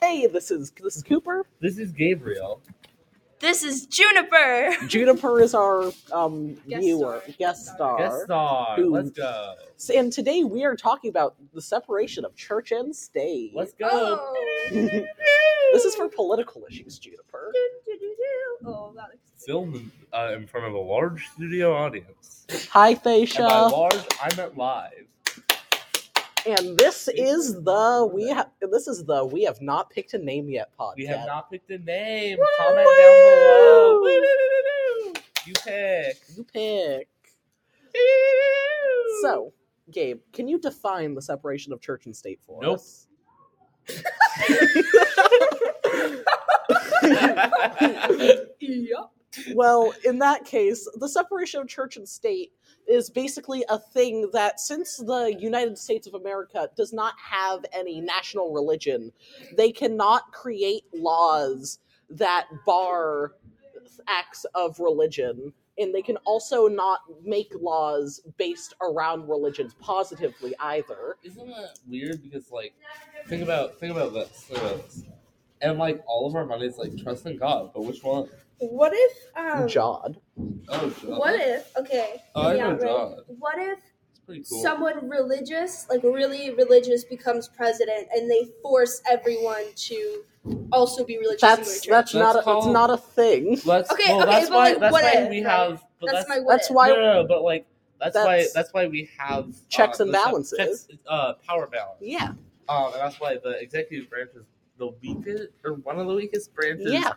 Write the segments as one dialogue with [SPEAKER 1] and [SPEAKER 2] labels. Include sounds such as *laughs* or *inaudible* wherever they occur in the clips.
[SPEAKER 1] Hey, this is this is Cooper.
[SPEAKER 2] This is Gabriel.
[SPEAKER 3] This is Juniper.
[SPEAKER 1] Juniper is our um,
[SPEAKER 3] Guest
[SPEAKER 1] viewer,
[SPEAKER 3] star.
[SPEAKER 1] guest star.
[SPEAKER 2] Guest star.
[SPEAKER 1] Who-
[SPEAKER 2] Let's go.
[SPEAKER 1] So- And today we are talking about the separation of church and state.
[SPEAKER 2] Let's go.
[SPEAKER 3] Oh.
[SPEAKER 1] *laughs* this is for political issues, Juniper.
[SPEAKER 3] Oh, that looks
[SPEAKER 2] Filmed uh, in front of a large studio audience.
[SPEAKER 1] Hi,
[SPEAKER 2] And by
[SPEAKER 1] Thaisha.
[SPEAKER 2] large, I meant live.
[SPEAKER 1] And this is the we have. This is the we have not picked a name yet podcast.
[SPEAKER 2] We have not picked a name. Comment down below. Woo-woo-woo-woo. You
[SPEAKER 3] *laughs*
[SPEAKER 2] pick.
[SPEAKER 1] You pick. So, Gabe, can you define the separation of church and state for
[SPEAKER 2] Nope.
[SPEAKER 1] us?
[SPEAKER 3] Yup.
[SPEAKER 1] Well, in that case, the separation of church and state is basically a thing that, since the United States of America does not have any national religion, they cannot create laws that bar acts of religion. And they can also not make laws based around religions positively either.
[SPEAKER 2] Isn't that weird? Because like, think about think about this. Think about this. And like all of our money is like trust in God, but which one?
[SPEAKER 3] What if um
[SPEAKER 1] Jod.
[SPEAKER 2] Oh, God.
[SPEAKER 3] what if okay.
[SPEAKER 2] Oh, I know
[SPEAKER 3] right.
[SPEAKER 2] God.
[SPEAKER 3] What if
[SPEAKER 2] It's pretty cool.
[SPEAKER 3] someone religious, like really religious, becomes president and they force everyone to also be religious in their
[SPEAKER 1] That's
[SPEAKER 3] church?
[SPEAKER 1] that's
[SPEAKER 2] That's
[SPEAKER 1] not a, that's
[SPEAKER 2] called-
[SPEAKER 1] not a thing.
[SPEAKER 2] Let's,
[SPEAKER 3] Okay,
[SPEAKER 2] well,
[SPEAKER 3] okay,
[SPEAKER 2] that's
[SPEAKER 3] but,
[SPEAKER 2] why
[SPEAKER 3] like,
[SPEAKER 2] that's
[SPEAKER 3] what
[SPEAKER 2] why
[SPEAKER 3] if,
[SPEAKER 2] we
[SPEAKER 3] right?
[SPEAKER 2] have but
[SPEAKER 3] that's,
[SPEAKER 2] that's,
[SPEAKER 3] my what
[SPEAKER 1] That's
[SPEAKER 3] if.
[SPEAKER 1] why
[SPEAKER 2] no, no, no, but like that's, why
[SPEAKER 1] That's-
[SPEAKER 2] that's why we have
[SPEAKER 1] Checks and
[SPEAKER 2] the se-
[SPEAKER 1] balances.
[SPEAKER 2] checks, uh, power balance.
[SPEAKER 1] Yeah.
[SPEAKER 2] Um, and that's why the executive branch is the weakest or one of the weakest branches.
[SPEAKER 1] Yeah.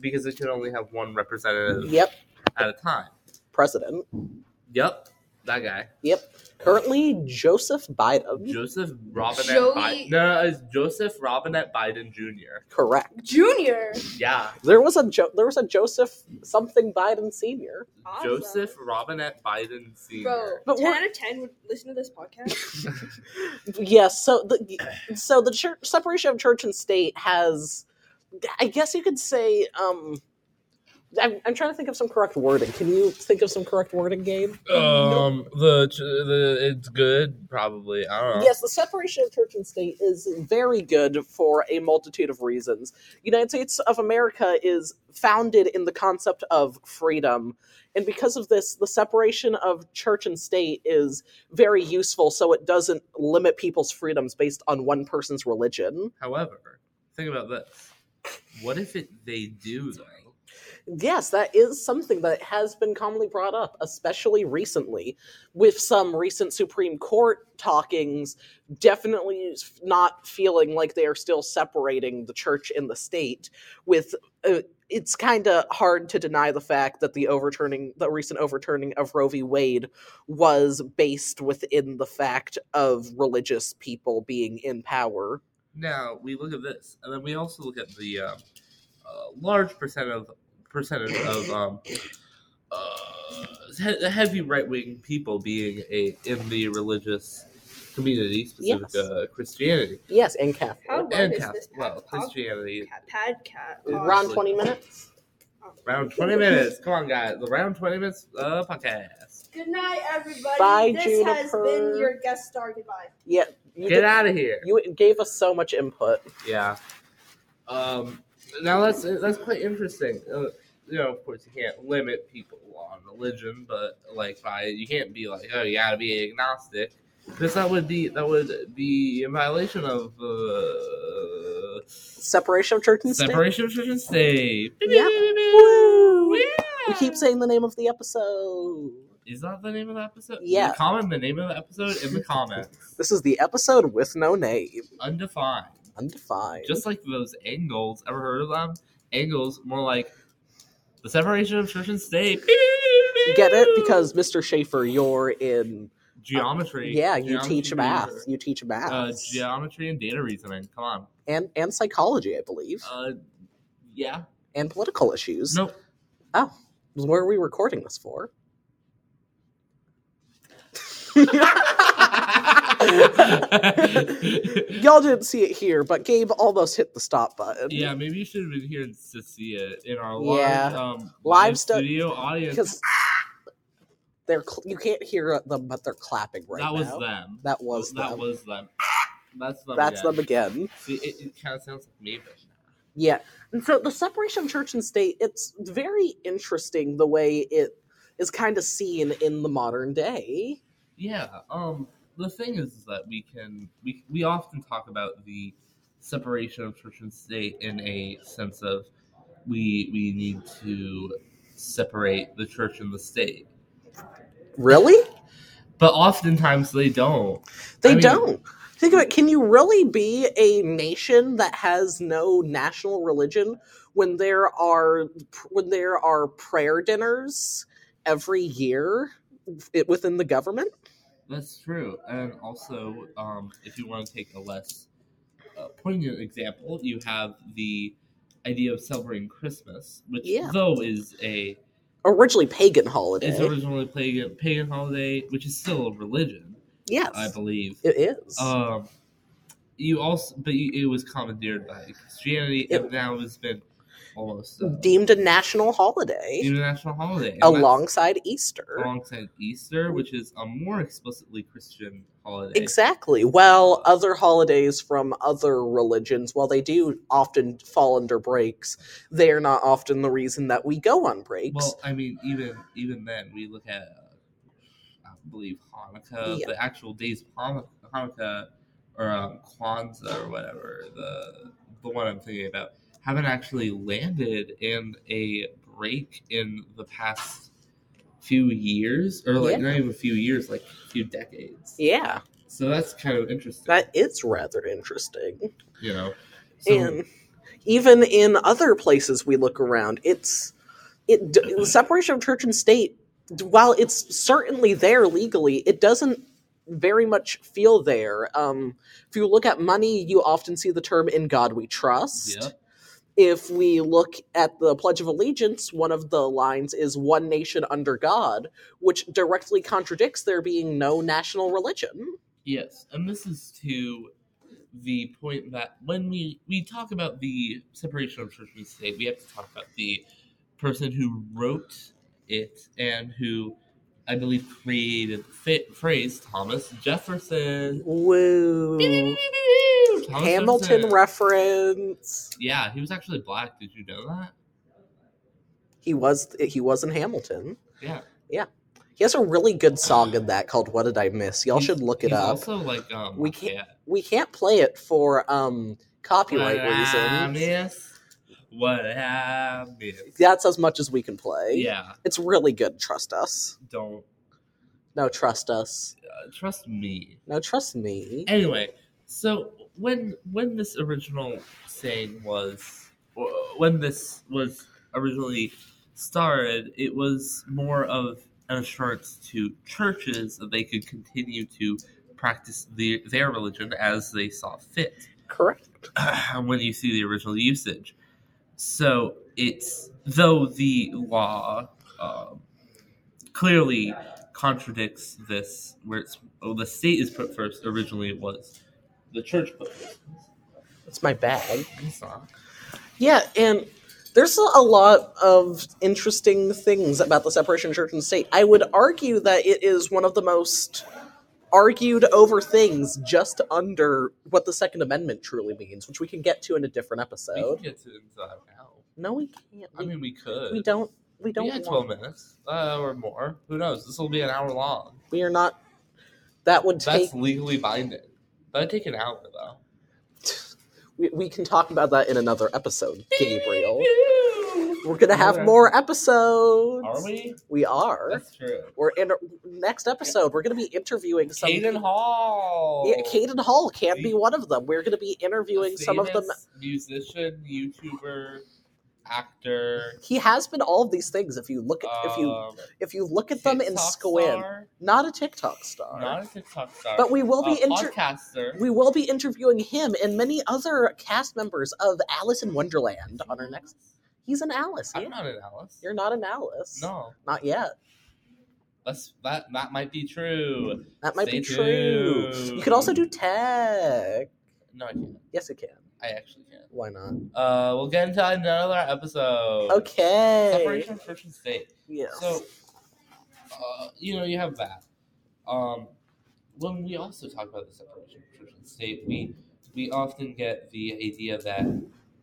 [SPEAKER 2] because it can only have one representative
[SPEAKER 1] Yep.
[SPEAKER 2] at a time.
[SPEAKER 1] President.
[SPEAKER 2] Yep, that guy,
[SPEAKER 1] Currently, Joseph Biden.
[SPEAKER 2] Joseph Robinette.
[SPEAKER 3] Joey-
[SPEAKER 2] Biden. No, no, it's Joseph Robinette Biden Jr.
[SPEAKER 1] Correct.
[SPEAKER 3] Junior.
[SPEAKER 2] Yeah,
[SPEAKER 1] There was a jo- there was a Joseph something Biden senior.
[SPEAKER 3] Awesome.
[SPEAKER 2] Joseph Robinette Biden Sr.
[SPEAKER 3] Bro,
[SPEAKER 1] But
[SPEAKER 3] ten
[SPEAKER 1] what-
[SPEAKER 3] out of ten would listen to this podcast.
[SPEAKER 1] Yes. so the so the church, separation of church and state has, I guess you could say. um I'm, I'm trying to think of some correct wording. Can you think of some correct wording, Gabe?
[SPEAKER 2] Um, the the it's good probably. I don't know.
[SPEAKER 1] Yes, the separation of church and state is very good for a multitude of reasons. United States of America is founded in the concept of freedom, and because of this, the separation of church and state is very useful so it doesn't limit people's freedoms based on one person's religion.
[SPEAKER 2] However, think about this. What if it they do though?
[SPEAKER 1] Yes, that is something that has been commonly brought up, especially recently, with some recent Supreme Court talkings definitely s- not feeling like they are still separating the church and the state. With uh, it's kind of hard to deny the fact that the overturning, the recent overturning of Roe v. Wade, was based within the fact of religious people being in power.
[SPEAKER 2] Now we look at this, and then we also look at the um, uh, large percent of percentage of um, uh, he- heavy right wing people being a in the religious community, specific
[SPEAKER 1] Yes.
[SPEAKER 2] uh, Christianity
[SPEAKER 1] Yes, and Catholic.
[SPEAKER 3] How long
[SPEAKER 2] and
[SPEAKER 3] is
[SPEAKER 2] Catholic.
[SPEAKER 3] this
[SPEAKER 2] Well,
[SPEAKER 3] pod, pod,
[SPEAKER 2] Christianity
[SPEAKER 3] cat, pad cat?
[SPEAKER 2] Ron-
[SPEAKER 1] Around twenty minutes.
[SPEAKER 2] round twenty minutes. Come on, guys, the round twenty minutes uh, podcast.
[SPEAKER 3] Good night, everybody.
[SPEAKER 1] Bye,
[SPEAKER 3] this has
[SPEAKER 1] Juniper.
[SPEAKER 3] been your guest star. Goodbye.
[SPEAKER 1] Yeah, you
[SPEAKER 2] Get
[SPEAKER 1] did-
[SPEAKER 2] out of here.
[SPEAKER 1] You gave us so much input.
[SPEAKER 2] Yeah. Um. Now that's that's quite interesting. Uh, you know, of course, you can't limit people on religion, but like by you can't be like, oh, you gotta be agnostic, because that would be that would be in violation of uh,
[SPEAKER 1] Separation of church and state.
[SPEAKER 2] separation of church and state.
[SPEAKER 1] Yep. Woo! We keep saying the name of the episode.
[SPEAKER 2] Is that the name of the episode?
[SPEAKER 1] Yeah.
[SPEAKER 2] Comment the name of the episode in the comments.
[SPEAKER 1] This is the episode with no name,
[SPEAKER 2] Undefined.
[SPEAKER 1] undefined.
[SPEAKER 2] just like those angles. Ever heard of them? Angles, more like the separation of church and state.
[SPEAKER 1] Get it? Because uh, Mr. Schaefer, you're in.
[SPEAKER 2] geometry.
[SPEAKER 1] Yeah, you
[SPEAKER 2] Geometry
[SPEAKER 1] teach
[SPEAKER 2] major.
[SPEAKER 1] math. You teach math
[SPEAKER 2] Uh, geometry and data reasoning. Come on.
[SPEAKER 1] and and psychology, I believe,
[SPEAKER 2] Uh, yeah.
[SPEAKER 1] and political issues. *laughs*
[SPEAKER 2] Nope. *laughs*
[SPEAKER 1] Where are we recording this for? *laughs* Y'all didn't see it here, but Gabe almost hit the stop button.
[SPEAKER 2] yeah, maybe you should have been here to see it in our live,
[SPEAKER 1] Yeah.
[SPEAKER 2] um,
[SPEAKER 1] Live stu-
[SPEAKER 2] studio audience.
[SPEAKER 1] because they're cl- you can't hear them, but they're clapping right
[SPEAKER 2] that was
[SPEAKER 1] now.
[SPEAKER 2] them.
[SPEAKER 1] That was
[SPEAKER 2] that
[SPEAKER 1] them.
[SPEAKER 2] was them. That's them.
[SPEAKER 1] That's them again.
[SPEAKER 2] See, it, it kind of sounds like me, but
[SPEAKER 1] Yeah. And so the separation of church and state, it's very interesting the way it is kind of seen in the modern day.
[SPEAKER 2] yeah. Um, the thing is, is that we can we we often talk about the separation of church and state in a sense of we we need to separate the church and the state,
[SPEAKER 1] Really?
[SPEAKER 2] but oftentimes they don't.
[SPEAKER 1] They
[SPEAKER 2] I mean-
[SPEAKER 1] don't. Think of it. Can you really be a nation that has no national religion when there are when there are prayer dinners every year i- within the government?
[SPEAKER 2] That's true. And also, um, if you want to take a less uh, poignant example, you have the idea of celebrating Christmas, which
[SPEAKER 1] Yeah.
[SPEAKER 2] though is a
[SPEAKER 1] Originally pagan holiday.
[SPEAKER 2] is originally pagan pagan holiday, which is still a religion,
[SPEAKER 1] yes,
[SPEAKER 2] I believe.
[SPEAKER 1] it is.
[SPEAKER 2] Um, you also, but you, it was commandeered by Christianity, and
[SPEAKER 1] It-
[SPEAKER 2] now it's been almost uh,
[SPEAKER 1] Deemed a national holiday
[SPEAKER 2] international holiday and that's
[SPEAKER 1] alongside Easter.
[SPEAKER 2] alongside Easter, which is a more explicitly Christian holiday.
[SPEAKER 1] Exactly. While other holidays from other religions, while they do often fall under breaks, they are not often the reason that we go on breaks.
[SPEAKER 2] Well, I mean, even even then, we look at, uh, I believe, Hanukkah,
[SPEAKER 1] Yeah.
[SPEAKER 2] the actual days of Hanuk- Hanukkah or um, Kwanzaa or whatever the the one I'm thinking about haven't actually landed in a break in the past few years, or like
[SPEAKER 1] Yeah.
[SPEAKER 2] not even a few years, like a few decades.
[SPEAKER 1] yeah,
[SPEAKER 2] So that's kind of interesting,
[SPEAKER 1] that is rather interesting.
[SPEAKER 2] you know. So,
[SPEAKER 1] and even in other places we look around, it's it d- the separation of church and state. d- While it's certainly there legally, it doesn't very much feel there. Um, if you look at money, you often see the term "In God We Trust."
[SPEAKER 2] yep.
[SPEAKER 1] if we look at the Pledge of Allegiance, one of the lines is one nation under God, which directly contradicts there being no national religion.
[SPEAKER 2] Yes, and this is to the point that when we we talk about the separation of church and state, we have to talk about the person who wrote it and who I believe created the fa- phrase Thomas Jefferson.
[SPEAKER 1] Woo.
[SPEAKER 2] Thomas
[SPEAKER 1] Hamilton
[SPEAKER 2] Jefferson.
[SPEAKER 1] reference.
[SPEAKER 2] Yeah, he was actually black. Did you know that?
[SPEAKER 1] He was he was in Hamilton.
[SPEAKER 2] Yeah,
[SPEAKER 1] He has a really good song in that called "What Did I Miss." Y'all
[SPEAKER 2] He's-
[SPEAKER 1] should look it
[SPEAKER 2] he's
[SPEAKER 1] up.
[SPEAKER 2] Also, like um,
[SPEAKER 1] We can't-
[SPEAKER 2] yeah.
[SPEAKER 1] we can't play it for um copyright
[SPEAKER 2] What I
[SPEAKER 1] reasons.
[SPEAKER 2] miss, what I miss.
[SPEAKER 1] That's as much as we can play.
[SPEAKER 2] Yeah,
[SPEAKER 1] It's really good. Trust us.
[SPEAKER 2] don't
[SPEAKER 1] No, trust us.
[SPEAKER 2] uh, trust me.
[SPEAKER 1] No, trust me.
[SPEAKER 2] anyway so when when this original saying was when this was originally started it was more of an assurance to churches that they could continue to practice the, their religion as they saw fit
[SPEAKER 1] Correct.
[SPEAKER 2] *clears throat* when you see the original usage so it's though the law um, clearly contradicts this, where it's oh, the state is put first. Originally, it was the church put first.
[SPEAKER 1] It's my bag.
[SPEAKER 2] It's not.
[SPEAKER 1] Yeah, and there's a a lot of interesting things about the separation of church and state. I would argue that it is one of the most argued over things just under what the Second Amendment truly means, which we can get to in a different
[SPEAKER 2] We can
[SPEAKER 1] episode.
[SPEAKER 2] get to inside now.
[SPEAKER 1] No, we can't.
[SPEAKER 2] I
[SPEAKER 1] We,
[SPEAKER 2] mean, we could.
[SPEAKER 1] we don't. We
[SPEAKER 2] We
[SPEAKER 1] don't.
[SPEAKER 2] got twelve
[SPEAKER 1] want,
[SPEAKER 2] minutes uh, or more. Who knows? This will be an hour long.
[SPEAKER 1] we are not. That would take.
[SPEAKER 2] That's legally binding. That'd take an hour though.
[SPEAKER 1] We, we can talk about that in another episode,
[SPEAKER 2] *laughs*
[SPEAKER 1] Gabriel. We're gonna have more episodes.
[SPEAKER 2] Are we?
[SPEAKER 1] We are.
[SPEAKER 2] That's true.
[SPEAKER 1] We're in next episode. We're going to be interviewing some.
[SPEAKER 2] Caden Hall.
[SPEAKER 1] Yeah, Caden Hall can be
[SPEAKER 2] The-
[SPEAKER 1] one of them. We're going to be interviewing
[SPEAKER 2] A
[SPEAKER 1] some of them.
[SPEAKER 2] famous Musician, YouTuber, actor.
[SPEAKER 1] He has been all of these things. If you look at if you
[SPEAKER 2] um,
[SPEAKER 1] if you look at them in
[SPEAKER 2] TikTok
[SPEAKER 1] Squid,
[SPEAKER 2] star.
[SPEAKER 1] not a TikTok star,
[SPEAKER 2] Not a uh, TikTok star.
[SPEAKER 1] but we will
[SPEAKER 2] a
[SPEAKER 1] be inter-
[SPEAKER 2] podcaster.
[SPEAKER 1] we will be interviewing him and many other cast members of Alice in Wonderland on our next. He's an Alice.
[SPEAKER 2] I'm
[SPEAKER 1] yeah.
[SPEAKER 2] not an Alice.
[SPEAKER 1] You're not an Alice.
[SPEAKER 2] No,
[SPEAKER 1] not yet.
[SPEAKER 2] that's that. That might be true.
[SPEAKER 1] That might be
[SPEAKER 2] Stay
[SPEAKER 1] true. You could also do
[SPEAKER 2] tuned.
[SPEAKER 1] tech.
[SPEAKER 2] No, I can't.
[SPEAKER 1] Yes, it can.
[SPEAKER 2] I actually can't.
[SPEAKER 1] Why not?
[SPEAKER 2] Uh, we'll get into another episode.
[SPEAKER 1] Okay.
[SPEAKER 2] Separation of church and state.
[SPEAKER 1] Yeah.
[SPEAKER 2] So, uh, you know, you have that. Um, when we also talk about the separation of church and state, we we often get the idea that,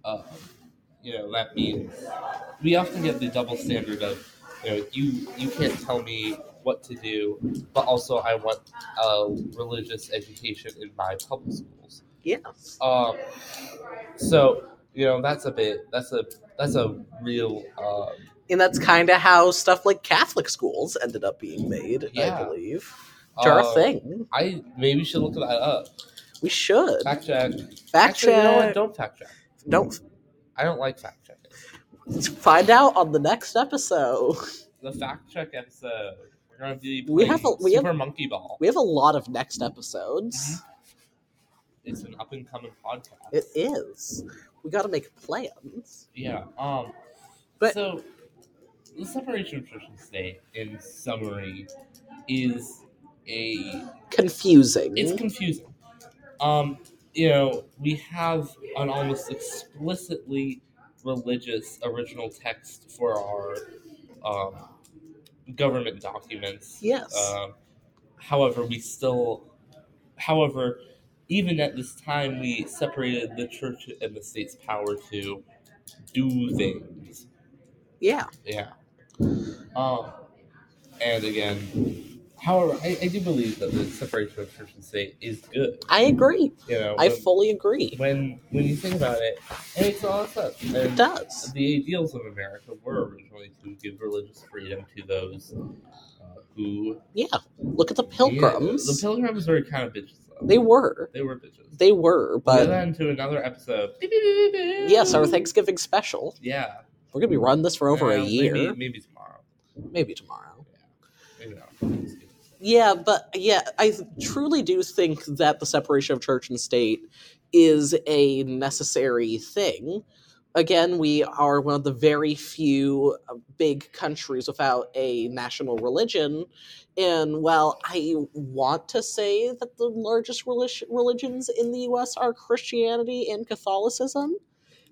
[SPEAKER 2] um, you know, that means we often get the double standard of, you know, you you can't tell me what to do, but also I want uh, religious education in my public schools.
[SPEAKER 1] Yes.
[SPEAKER 2] Um, so you know that's a bit that's a that's a real um,
[SPEAKER 1] And that's kind of how stuff like Catholic schools ended up being made,
[SPEAKER 2] Yeah.
[SPEAKER 1] I believe. To our
[SPEAKER 2] uh,
[SPEAKER 1] thing.
[SPEAKER 2] I maybe should look that up. Uh,
[SPEAKER 1] We should. Fact,
[SPEAKER 2] Fact check.
[SPEAKER 1] check.
[SPEAKER 2] Actually, you know what? Don't fact check.
[SPEAKER 1] Don't
[SPEAKER 2] I don't like fact checking.
[SPEAKER 1] find out on the next episode.
[SPEAKER 2] The fact check episode. We're gonna be playing
[SPEAKER 1] We have a- we have-
[SPEAKER 2] Super Monkey Ball.
[SPEAKER 1] We have a lot of next episodes.
[SPEAKER 2] It's an up and coming podcast.
[SPEAKER 1] It is. We got to make plans.
[SPEAKER 2] yeah. Um.
[SPEAKER 1] But-
[SPEAKER 2] so the separation of church and state, in summary, is a
[SPEAKER 1] Confusing.
[SPEAKER 2] it's confusing. Um, you know, we have an almost explicitly religious original text for our um, government documents.
[SPEAKER 1] yes.
[SPEAKER 2] Um, however, we still, however, even at this time, we separated the church and the state's power to do things.
[SPEAKER 1] yeah.
[SPEAKER 2] Yeah. Um, and again, however, I, I do believe that the separation of church and state is good.
[SPEAKER 1] I agree.
[SPEAKER 2] You know,
[SPEAKER 1] I
[SPEAKER 2] when,
[SPEAKER 1] fully agree.
[SPEAKER 2] when when you think about it, it makes a lot of sense.
[SPEAKER 1] It
[SPEAKER 2] And
[SPEAKER 1] does.
[SPEAKER 2] the ideals of America were originally to give religious freedom to those uh, who
[SPEAKER 1] Yeah. Look at the
[SPEAKER 2] Yeah, the
[SPEAKER 1] pilgrims.
[SPEAKER 2] pilgrims were kind of bitches. Though.
[SPEAKER 1] They were.
[SPEAKER 2] They were bitches.
[SPEAKER 1] They were,
[SPEAKER 2] But
[SPEAKER 1] but
[SPEAKER 2] then to another episode.
[SPEAKER 1] yes, our Thanksgiving special.
[SPEAKER 2] Yeah.
[SPEAKER 1] We're going to be running this for over
[SPEAKER 2] Uh,
[SPEAKER 1] a year.
[SPEAKER 2] Maybe, maybe tomorrow.
[SPEAKER 1] maybe tomorrow.
[SPEAKER 2] Maybe not.
[SPEAKER 1] Yeah, but yeah, I truly do think that the separation of church and state is a necessary thing. Again, we are one of the very few uh, big countries without a national religion. And while I want to say that the largest relig- religions in the US are Christianity and Catholicism,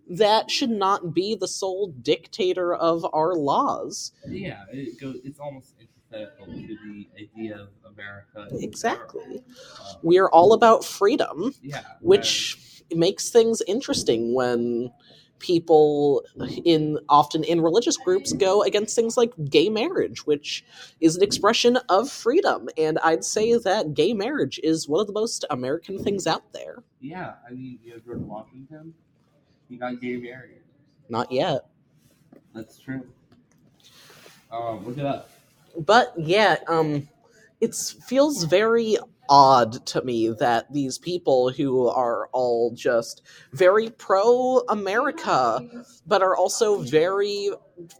[SPEAKER 1] that should not be the sole dictator of our laws.
[SPEAKER 2] Yeah, it goes. It's almost antithetical to the idea of America. as a
[SPEAKER 1] Exactly.
[SPEAKER 2] world. Um,
[SPEAKER 1] We are all about freedom.
[SPEAKER 2] yeah,
[SPEAKER 1] which makes things interesting when people in often in religious groups go against things like gay marriage which is an expression of freedom and i'd say that gay marriage is one of the most american things out there
[SPEAKER 2] and- yeah. I mean, you know, George Washington, he got gay married.
[SPEAKER 1] not yet
[SPEAKER 2] That's true. Um, look it up.
[SPEAKER 1] but yeah um it feels very odd to me that these people who are all just very pro america but are also very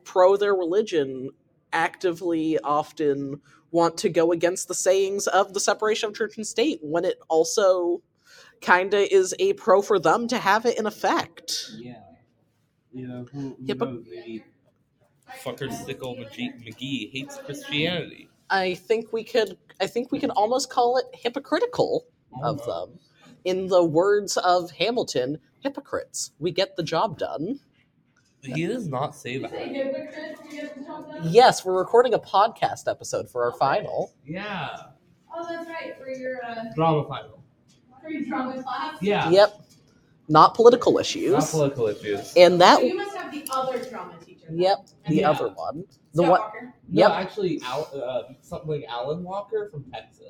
[SPEAKER 1] pro their religion actively often want to go against the sayings of the separation of church and state when it also kinda is a pro for them to have it in effect
[SPEAKER 2] Yeah, you know who? who
[SPEAKER 1] Yeah, but-
[SPEAKER 2] knows, maybe fucker sickle McGee, McGee hates Christianity.
[SPEAKER 1] i think we could i think we can almost call it hypocritical of
[SPEAKER 2] Almost.
[SPEAKER 1] them. In the words of Hamilton, hypocrites, we get the job done.
[SPEAKER 2] He does not say that.
[SPEAKER 1] Yes, we're recording a podcast episode for our final.
[SPEAKER 2] Yeah,
[SPEAKER 4] Oh, that's right, for your, uh,
[SPEAKER 2] drama final.
[SPEAKER 4] for your drama class.
[SPEAKER 2] Yeah,
[SPEAKER 1] Yep. Not political issues.
[SPEAKER 2] not political issues.
[SPEAKER 1] and
[SPEAKER 4] So
[SPEAKER 1] that,
[SPEAKER 4] you must have the other drama teacher. then.
[SPEAKER 1] yep, the
[SPEAKER 2] Yeah.
[SPEAKER 1] other one. The one,
[SPEAKER 4] Skywalker.
[SPEAKER 2] No,
[SPEAKER 1] Yep.
[SPEAKER 2] actually, Al, uh, something Alan Walker from Texas.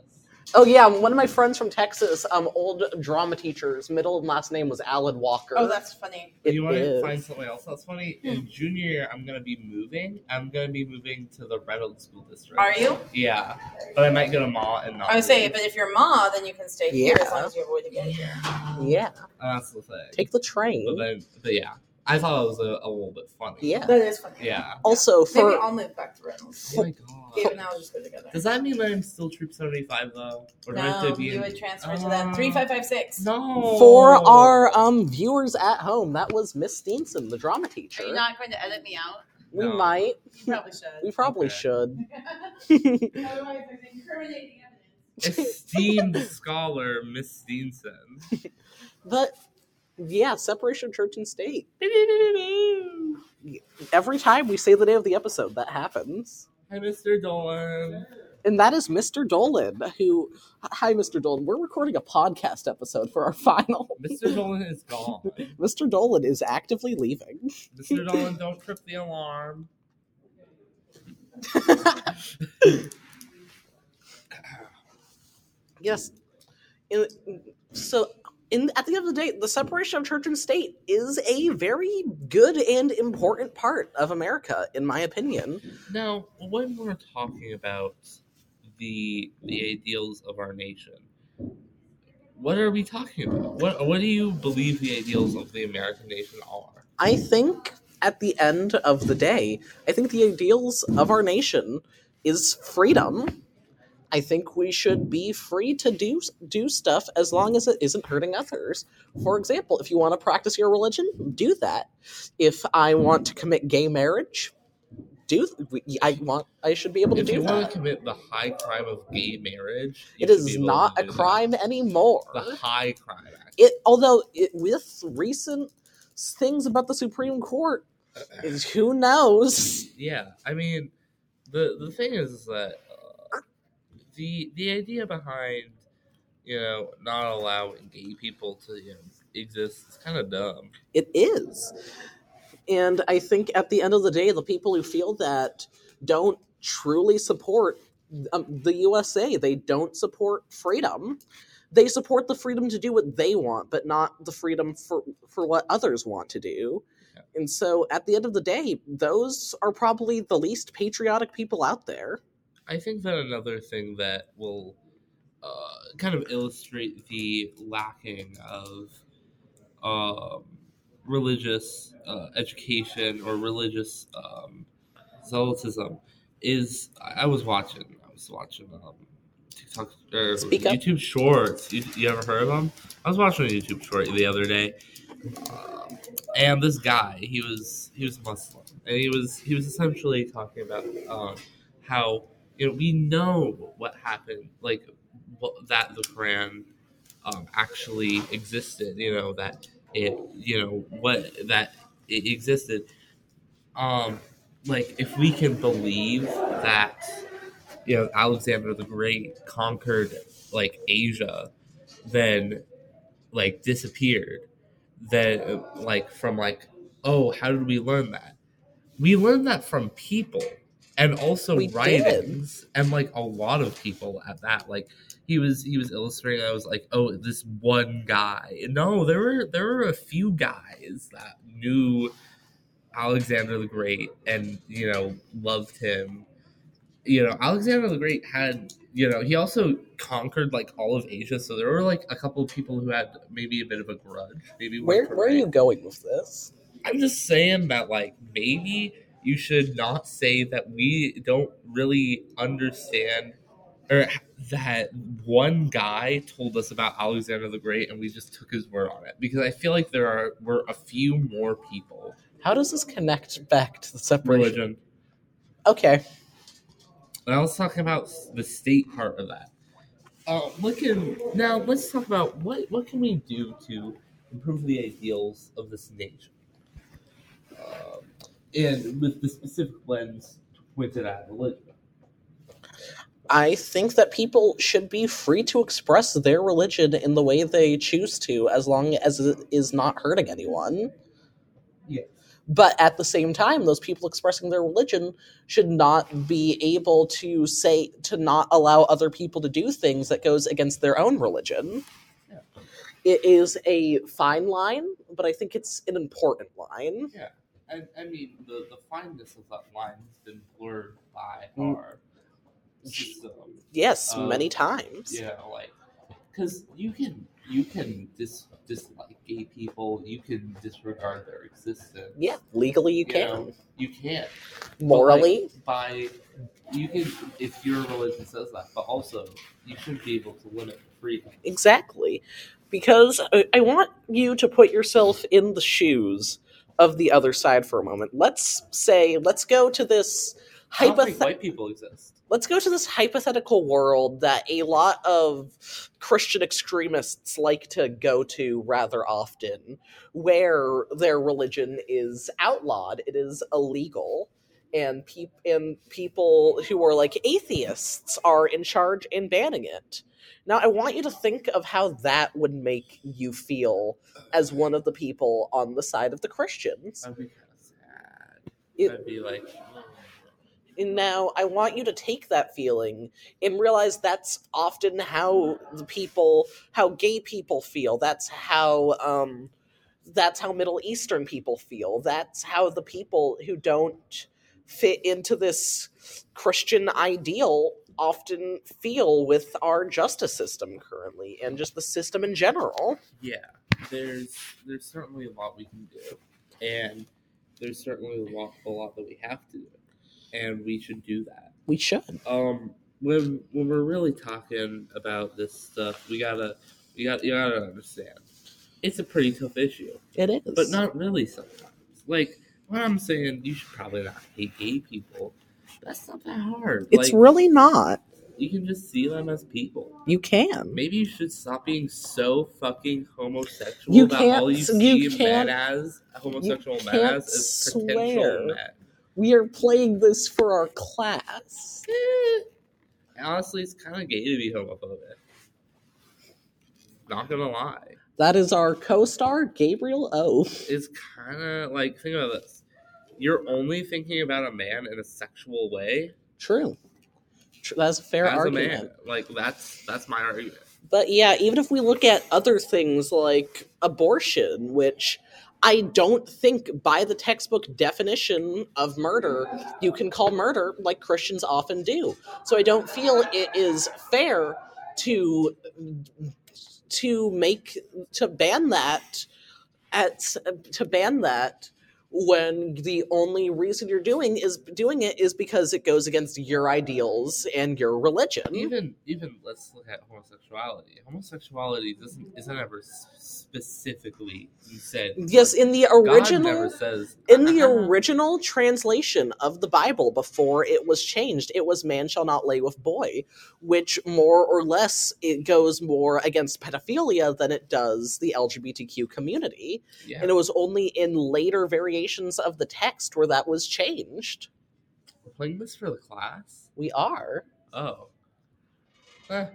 [SPEAKER 1] oh yeah, one of my friends from Texas, um, old drama teacher's middle and last name was Alan Walker.
[SPEAKER 4] Oh, that's funny.
[SPEAKER 1] It
[SPEAKER 2] you want to
[SPEAKER 1] is.
[SPEAKER 2] find something else that's funny?
[SPEAKER 5] Hmm.
[SPEAKER 2] In junior year, I'm gonna be moving. I'm gonna be moving to the Redwood School District.
[SPEAKER 5] Are you?
[SPEAKER 2] Yeah, but I might go to Ma and not.
[SPEAKER 5] I would say,
[SPEAKER 2] leave.
[SPEAKER 5] but if you're Ma, then you can stay here
[SPEAKER 1] Yeah.
[SPEAKER 5] as long as you avoid the gay here.
[SPEAKER 1] Yeah,
[SPEAKER 2] And Uh, that's the thing.
[SPEAKER 1] take the
[SPEAKER 2] but
[SPEAKER 1] train.
[SPEAKER 2] then, but yeah, I thought it was a, a little bit funny.
[SPEAKER 1] Yeah.
[SPEAKER 5] That is funny.
[SPEAKER 2] Yeah.
[SPEAKER 1] Also
[SPEAKER 5] Maybe
[SPEAKER 1] for
[SPEAKER 5] I'll move back to Reynolds.
[SPEAKER 2] Oh my god.
[SPEAKER 5] Even now, we'll just go together.
[SPEAKER 2] Does that mean that I'm still Troop 75 though? Or do I have
[SPEAKER 5] No,
[SPEAKER 2] to be
[SPEAKER 5] you
[SPEAKER 2] in-
[SPEAKER 5] would transfer to them.
[SPEAKER 2] Oh.
[SPEAKER 5] Three five five six.
[SPEAKER 2] No.
[SPEAKER 1] for our um viewers at home, that was Miss Steenson, the drama teacher.
[SPEAKER 6] Are you not going to edit me out?
[SPEAKER 1] we
[SPEAKER 2] No.
[SPEAKER 1] might,
[SPEAKER 5] You probably should.
[SPEAKER 2] *laughs*
[SPEAKER 5] *laughs*
[SPEAKER 1] we probably
[SPEAKER 2] Okay.
[SPEAKER 1] should. *laughs*
[SPEAKER 4] Otherwise, there's incriminating evidence.
[SPEAKER 1] *laughs*
[SPEAKER 2] esteemed scholar Miss Steenson.
[SPEAKER 1] But yeah, separation of church and *laughs* state. Every time we say the name of the episode, that happens.
[SPEAKER 2] Hi, Mr. Dolan.
[SPEAKER 1] and that is Mr. Dolan. Who, hi, Mr. Dolan. We're recording a podcast episode for our *laughs* final.
[SPEAKER 2] Mr. Dolan is gone.
[SPEAKER 1] Mr. Dolan is actively leaving.
[SPEAKER 2] Mr. Dolan, don't trip the alarm.
[SPEAKER 1] yes. In- so, in, at the end of the day, the separation of church and state is a very good and important part of America, in my opinion.
[SPEAKER 2] Now, when we're talking about the the ideals of our nation, what are we talking about? What what do you believe the ideals of the American nation are?
[SPEAKER 1] I think at the end of the day, I think the ideals of our nation is freedom. I think we should be free to do do stuff as long as it isn't hurting others. For example, if you want to practice your religion, do that. If I want to commit gay marriage, do I want I should be able to
[SPEAKER 2] If
[SPEAKER 1] do
[SPEAKER 2] you want
[SPEAKER 1] that.
[SPEAKER 2] to commit the high crime of gay marriage, you
[SPEAKER 1] It
[SPEAKER 2] should be
[SPEAKER 1] is
[SPEAKER 2] able
[SPEAKER 1] not
[SPEAKER 2] to
[SPEAKER 1] a
[SPEAKER 2] do that.
[SPEAKER 1] crime anymore.
[SPEAKER 2] The high crime act.
[SPEAKER 1] it although it, with recent things about the Supreme Court, is who knows.
[SPEAKER 2] yeah i mean the the thing is, is that uh, the the idea behind you know not allowing gay people to you know, exist is kind of dumb
[SPEAKER 1] It is. And I think at the end of the day, the people who feel that don't truly support um, the USA. They don't support freedom. They support the freedom to do what they want, but not the freedom for, for what others want to do.
[SPEAKER 2] Yeah.
[SPEAKER 1] And so at the end of the day, those are probably the least patriotic people out there.
[SPEAKER 2] i think that another thing that will uh, kind of illustrate the lacking of um, religious uh, education or religious um, zealotism is I I was watching I was watching um, TikTok or
[SPEAKER 1] Speak up.
[SPEAKER 2] YouTube Shorts. You, you ever heard of them? I was watching a YouTube Short the other day, um, and this guy he was he was Muslim and he was he was essentially talking about um, how you know we know what happened like what, that the Quran um, actually existed. You know that it you know what that it existed. Um, like if we can believe that you know Alexander the Great conquered like Asia, then like disappeared, then uh, like from like oh how did we learn that? We learned that from people and also
[SPEAKER 1] We did.
[SPEAKER 2] writings and like a lot of people at that like he was he was illustrating i was like oh this one guy no there were there were a few guys that knew alexander the great and you know loved him you know alexander the great had you know he also conquered like all of asia so there were like a couple of people who had maybe a bit of a grudge maybe one
[SPEAKER 1] Where,
[SPEAKER 2] for
[SPEAKER 1] where are
[SPEAKER 2] Ray.
[SPEAKER 1] you going with this?
[SPEAKER 2] I'm just saying that like maybe you should not say that we don't really understand or that one guy told us about Alexander the Great and we just took his word on it because I feel like there are were a few more people
[SPEAKER 1] How does this connect back to the separation?
[SPEAKER 2] religion
[SPEAKER 1] Okay.
[SPEAKER 2] And I was talking about s- the state part of that. Uh, looking now, let's talk about what what can we do to improve the ideals of this nation, Um and with the specific lens pointed at religion.
[SPEAKER 1] I think that people should be free to express their religion in the way they choose to, as long as it is not hurting anyone.
[SPEAKER 2] Yeah.
[SPEAKER 1] But at the same time, those people expressing their religion should not be able to say to not allow other people to do things that goes against their own religion.
[SPEAKER 2] Yeah.
[SPEAKER 1] It is a fine line, but I think it's an important line.
[SPEAKER 2] I, I mean, the, the fineness of that line has been blurred by
[SPEAKER 1] Mm.
[SPEAKER 2] our system.
[SPEAKER 1] Yes,
[SPEAKER 2] Um,
[SPEAKER 1] many times.
[SPEAKER 2] Yeah, like because you can you can dis- dislike gay people, you can disregard their existence.
[SPEAKER 1] Yeah, legally you can.
[SPEAKER 2] know, you can't
[SPEAKER 1] Morally,
[SPEAKER 2] by you can if your religion says that, but also you should be able to limit freedom.
[SPEAKER 1] Exactly. Because I, I want you to put yourself in the shoes of the other side for a moment. Let's say, let's go to this
[SPEAKER 2] I don't think
[SPEAKER 1] hypothetical.
[SPEAKER 2] white people exist.
[SPEAKER 1] Let's go to this hypothetical world that a lot of Christian extremists like to go to rather often, where their religion is outlawed, it is illegal, and peop and people who are like atheists are in charge and banning it. Now I want you to think of how that would make you feel as one of the people on the side of the Christians.
[SPEAKER 2] That'd be kind of sad.
[SPEAKER 1] It-
[SPEAKER 2] I'd be like,
[SPEAKER 1] And now I want you to take that feeling and realize that's often how the people, how gay people feel. That's how, um, that's how Middle Eastern people feel. That's how the people who don't fit into this Christian ideal often feel with our justice system currently and just the system in general.
[SPEAKER 2] yeah, there's there's certainly a lot we can do, and there's certainly a lot a lot that we have to do, and we should do that.
[SPEAKER 1] We should.
[SPEAKER 2] um when when we're really talking about this stuff, we gotta we got you gotta understand. It's a pretty tough issue,
[SPEAKER 1] It is.
[SPEAKER 2] but not really sometimes. Like what I'm saying, you should probably not hate gay people. That's not that hard.
[SPEAKER 1] It's
[SPEAKER 2] like
[SPEAKER 1] really not.
[SPEAKER 2] you can just see them as people.
[SPEAKER 1] You can.
[SPEAKER 2] Maybe you should stop being so fucking homosexual
[SPEAKER 1] You
[SPEAKER 2] about
[SPEAKER 1] can't-
[SPEAKER 2] all you,
[SPEAKER 1] you
[SPEAKER 2] see men
[SPEAKER 1] can't-
[SPEAKER 2] as homosexual men
[SPEAKER 1] can't
[SPEAKER 2] as, as potential
[SPEAKER 1] swear.
[SPEAKER 2] men.
[SPEAKER 1] We are playing this for our class.
[SPEAKER 2] Honestly, it's kind of gay to be homophobic. Not gonna lie,
[SPEAKER 1] That is our co-star Gabriel O.
[SPEAKER 2] it's kind of like think about this: you're only thinking about a man in a sexual way
[SPEAKER 1] True. Tr- That's a fair
[SPEAKER 2] as
[SPEAKER 1] argument.
[SPEAKER 2] a man. Like that's that's my argument.
[SPEAKER 1] But yeah, even if we look at other things like abortion, which I don't think by the textbook definition of murder, you can call murder like Christians often do. So I don't feel it is fair to to make to ban that at to ban that when the only reason you're doing is doing it is because it goes against your ideals and your religion.
[SPEAKER 2] Even even let's look at homosexuality. Homosexuality doesn't isn't ever s- specifically said.
[SPEAKER 1] Yes, in the
[SPEAKER 2] God
[SPEAKER 1] original
[SPEAKER 2] never says
[SPEAKER 1] in the
[SPEAKER 2] Uh-huh.
[SPEAKER 1] original translation of the Bible before it was changed, it was man shall not lay with boy, which more or less it goes more against pedophilia than it does the LGBTQ community.
[SPEAKER 2] *laughs* Yeah.
[SPEAKER 1] And it was only in later variations of the text where that was changed.
[SPEAKER 2] We're playing this for the class.
[SPEAKER 1] We are.
[SPEAKER 2] Oh. Eh,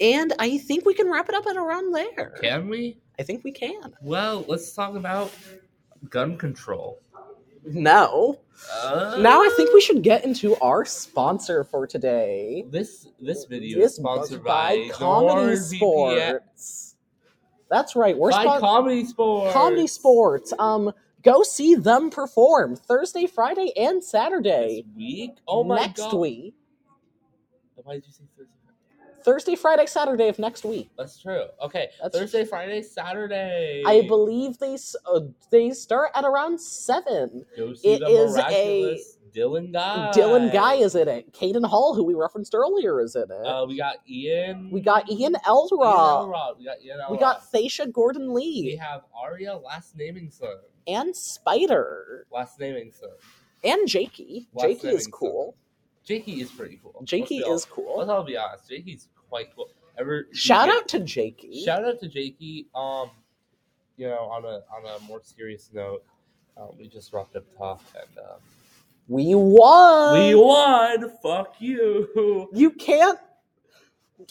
[SPEAKER 1] And I think we can wrap it up at around there.
[SPEAKER 2] can we?
[SPEAKER 1] I think we can.
[SPEAKER 2] Well, let's talk about gun control.
[SPEAKER 1] No.
[SPEAKER 2] Uh,
[SPEAKER 1] Now I think we should get into our sponsor for today.
[SPEAKER 2] this this video
[SPEAKER 1] This
[SPEAKER 2] is sponsored
[SPEAKER 1] sponsored
[SPEAKER 2] by,
[SPEAKER 1] Comedy
[SPEAKER 2] NordVPN.
[SPEAKER 1] Sports. That's right. We're
[SPEAKER 2] by
[SPEAKER 1] spon-
[SPEAKER 2] Comedy Sports.
[SPEAKER 1] Comedy Sports. Um, go see them perform Thursday, Friday, and
[SPEAKER 2] This
[SPEAKER 1] Saturday.
[SPEAKER 2] week? Oh my
[SPEAKER 1] next
[SPEAKER 2] god.
[SPEAKER 1] week,
[SPEAKER 2] Why did you say Thursday?
[SPEAKER 1] Thursday, Friday, Saturday of next week.
[SPEAKER 2] That's true. Okay.
[SPEAKER 1] That's-
[SPEAKER 2] Thursday, Friday, Saturday.
[SPEAKER 1] I believe they s- uh, they start at around seven.
[SPEAKER 2] Go see
[SPEAKER 1] it
[SPEAKER 2] the
[SPEAKER 1] is a-
[SPEAKER 2] miraculous Dylan Guy.
[SPEAKER 1] Dylan Guy is in it. Caden Hall, who we referenced earlier, is in it.
[SPEAKER 2] Uh, we got Ian.
[SPEAKER 1] we got Ian
[SPEAKER 2] Ian
[SPEAKER 1] Elrod.
[SPEAKER 2] Elrod. We got Ian
[SPEAKER 1] We
[SPEAKER 2] Elrod.
[SPEAKER 1] got Thaisha Gordon
[SPEAKER 2] We
[SPEAKER 1] Lee
[SPEAKER 2] have Aria last naming son.
[SPEAKER 1] and Spider
[SPEAKER 2] Last naming son.
[SPEAKER 1] and Jakey.
[SPEAKER 2] Last
[SPEAKER 1] Jakey is
[SPEAKER 2] name,
[SPEAKER 1] cool.
[SPEAKER 2] Jakey is pretty cool.
[SPEAKER 1] Jakey
[SPEAKER 2] Let's be
[SPEAKER 1] is
[SPEAKER 2] honest.
[SPEAKER 1] cool.
[SPEAKER 2] Let's all be honest. Jakey's quite cool. Ever
[SPEAKER 1] Shout
[SPEAKER 2] yeah.
[SPEAKER 1] out to Jakey.
[SPEAKER 2] Shout out to Jakey. Um, you know, on a on a more serious note, um, we just rocked up top and um,
[SPEAKER 1] We won.
[SPEAKER 2] we won. Fuck you.
[SPEAKER 1] You can't.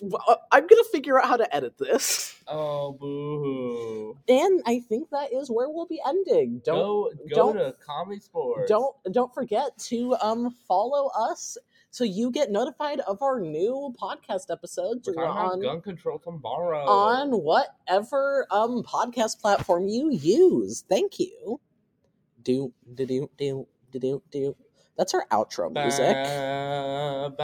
[SPEAKER 1] Well, I'm gonna figure out how to edit this,
[SPEAKER 2] Oh boo hoo.
[SPEAKER 1] and I think that is where we'll be ending. Don't
[SPEAKER 2] Go go
[SPEAKER 1] don't-
[SPEAKER 2] to comedy sports.
[SPEAKER 1] don't don't forget to um follow us so you get notified of our new podcast episodes.
[SPEAKER 2] We're
[SPEAKER 1] We're
[SPEAKER 2] talking about
[SPEAKER 1] on
[SPEAKER 2] gun control tomorrow.
[SPEAKER 1] on whatever um podcast platform you use. Thank you. Do do do do do do. That's our outro music.
[SPEAKER 2] Ba-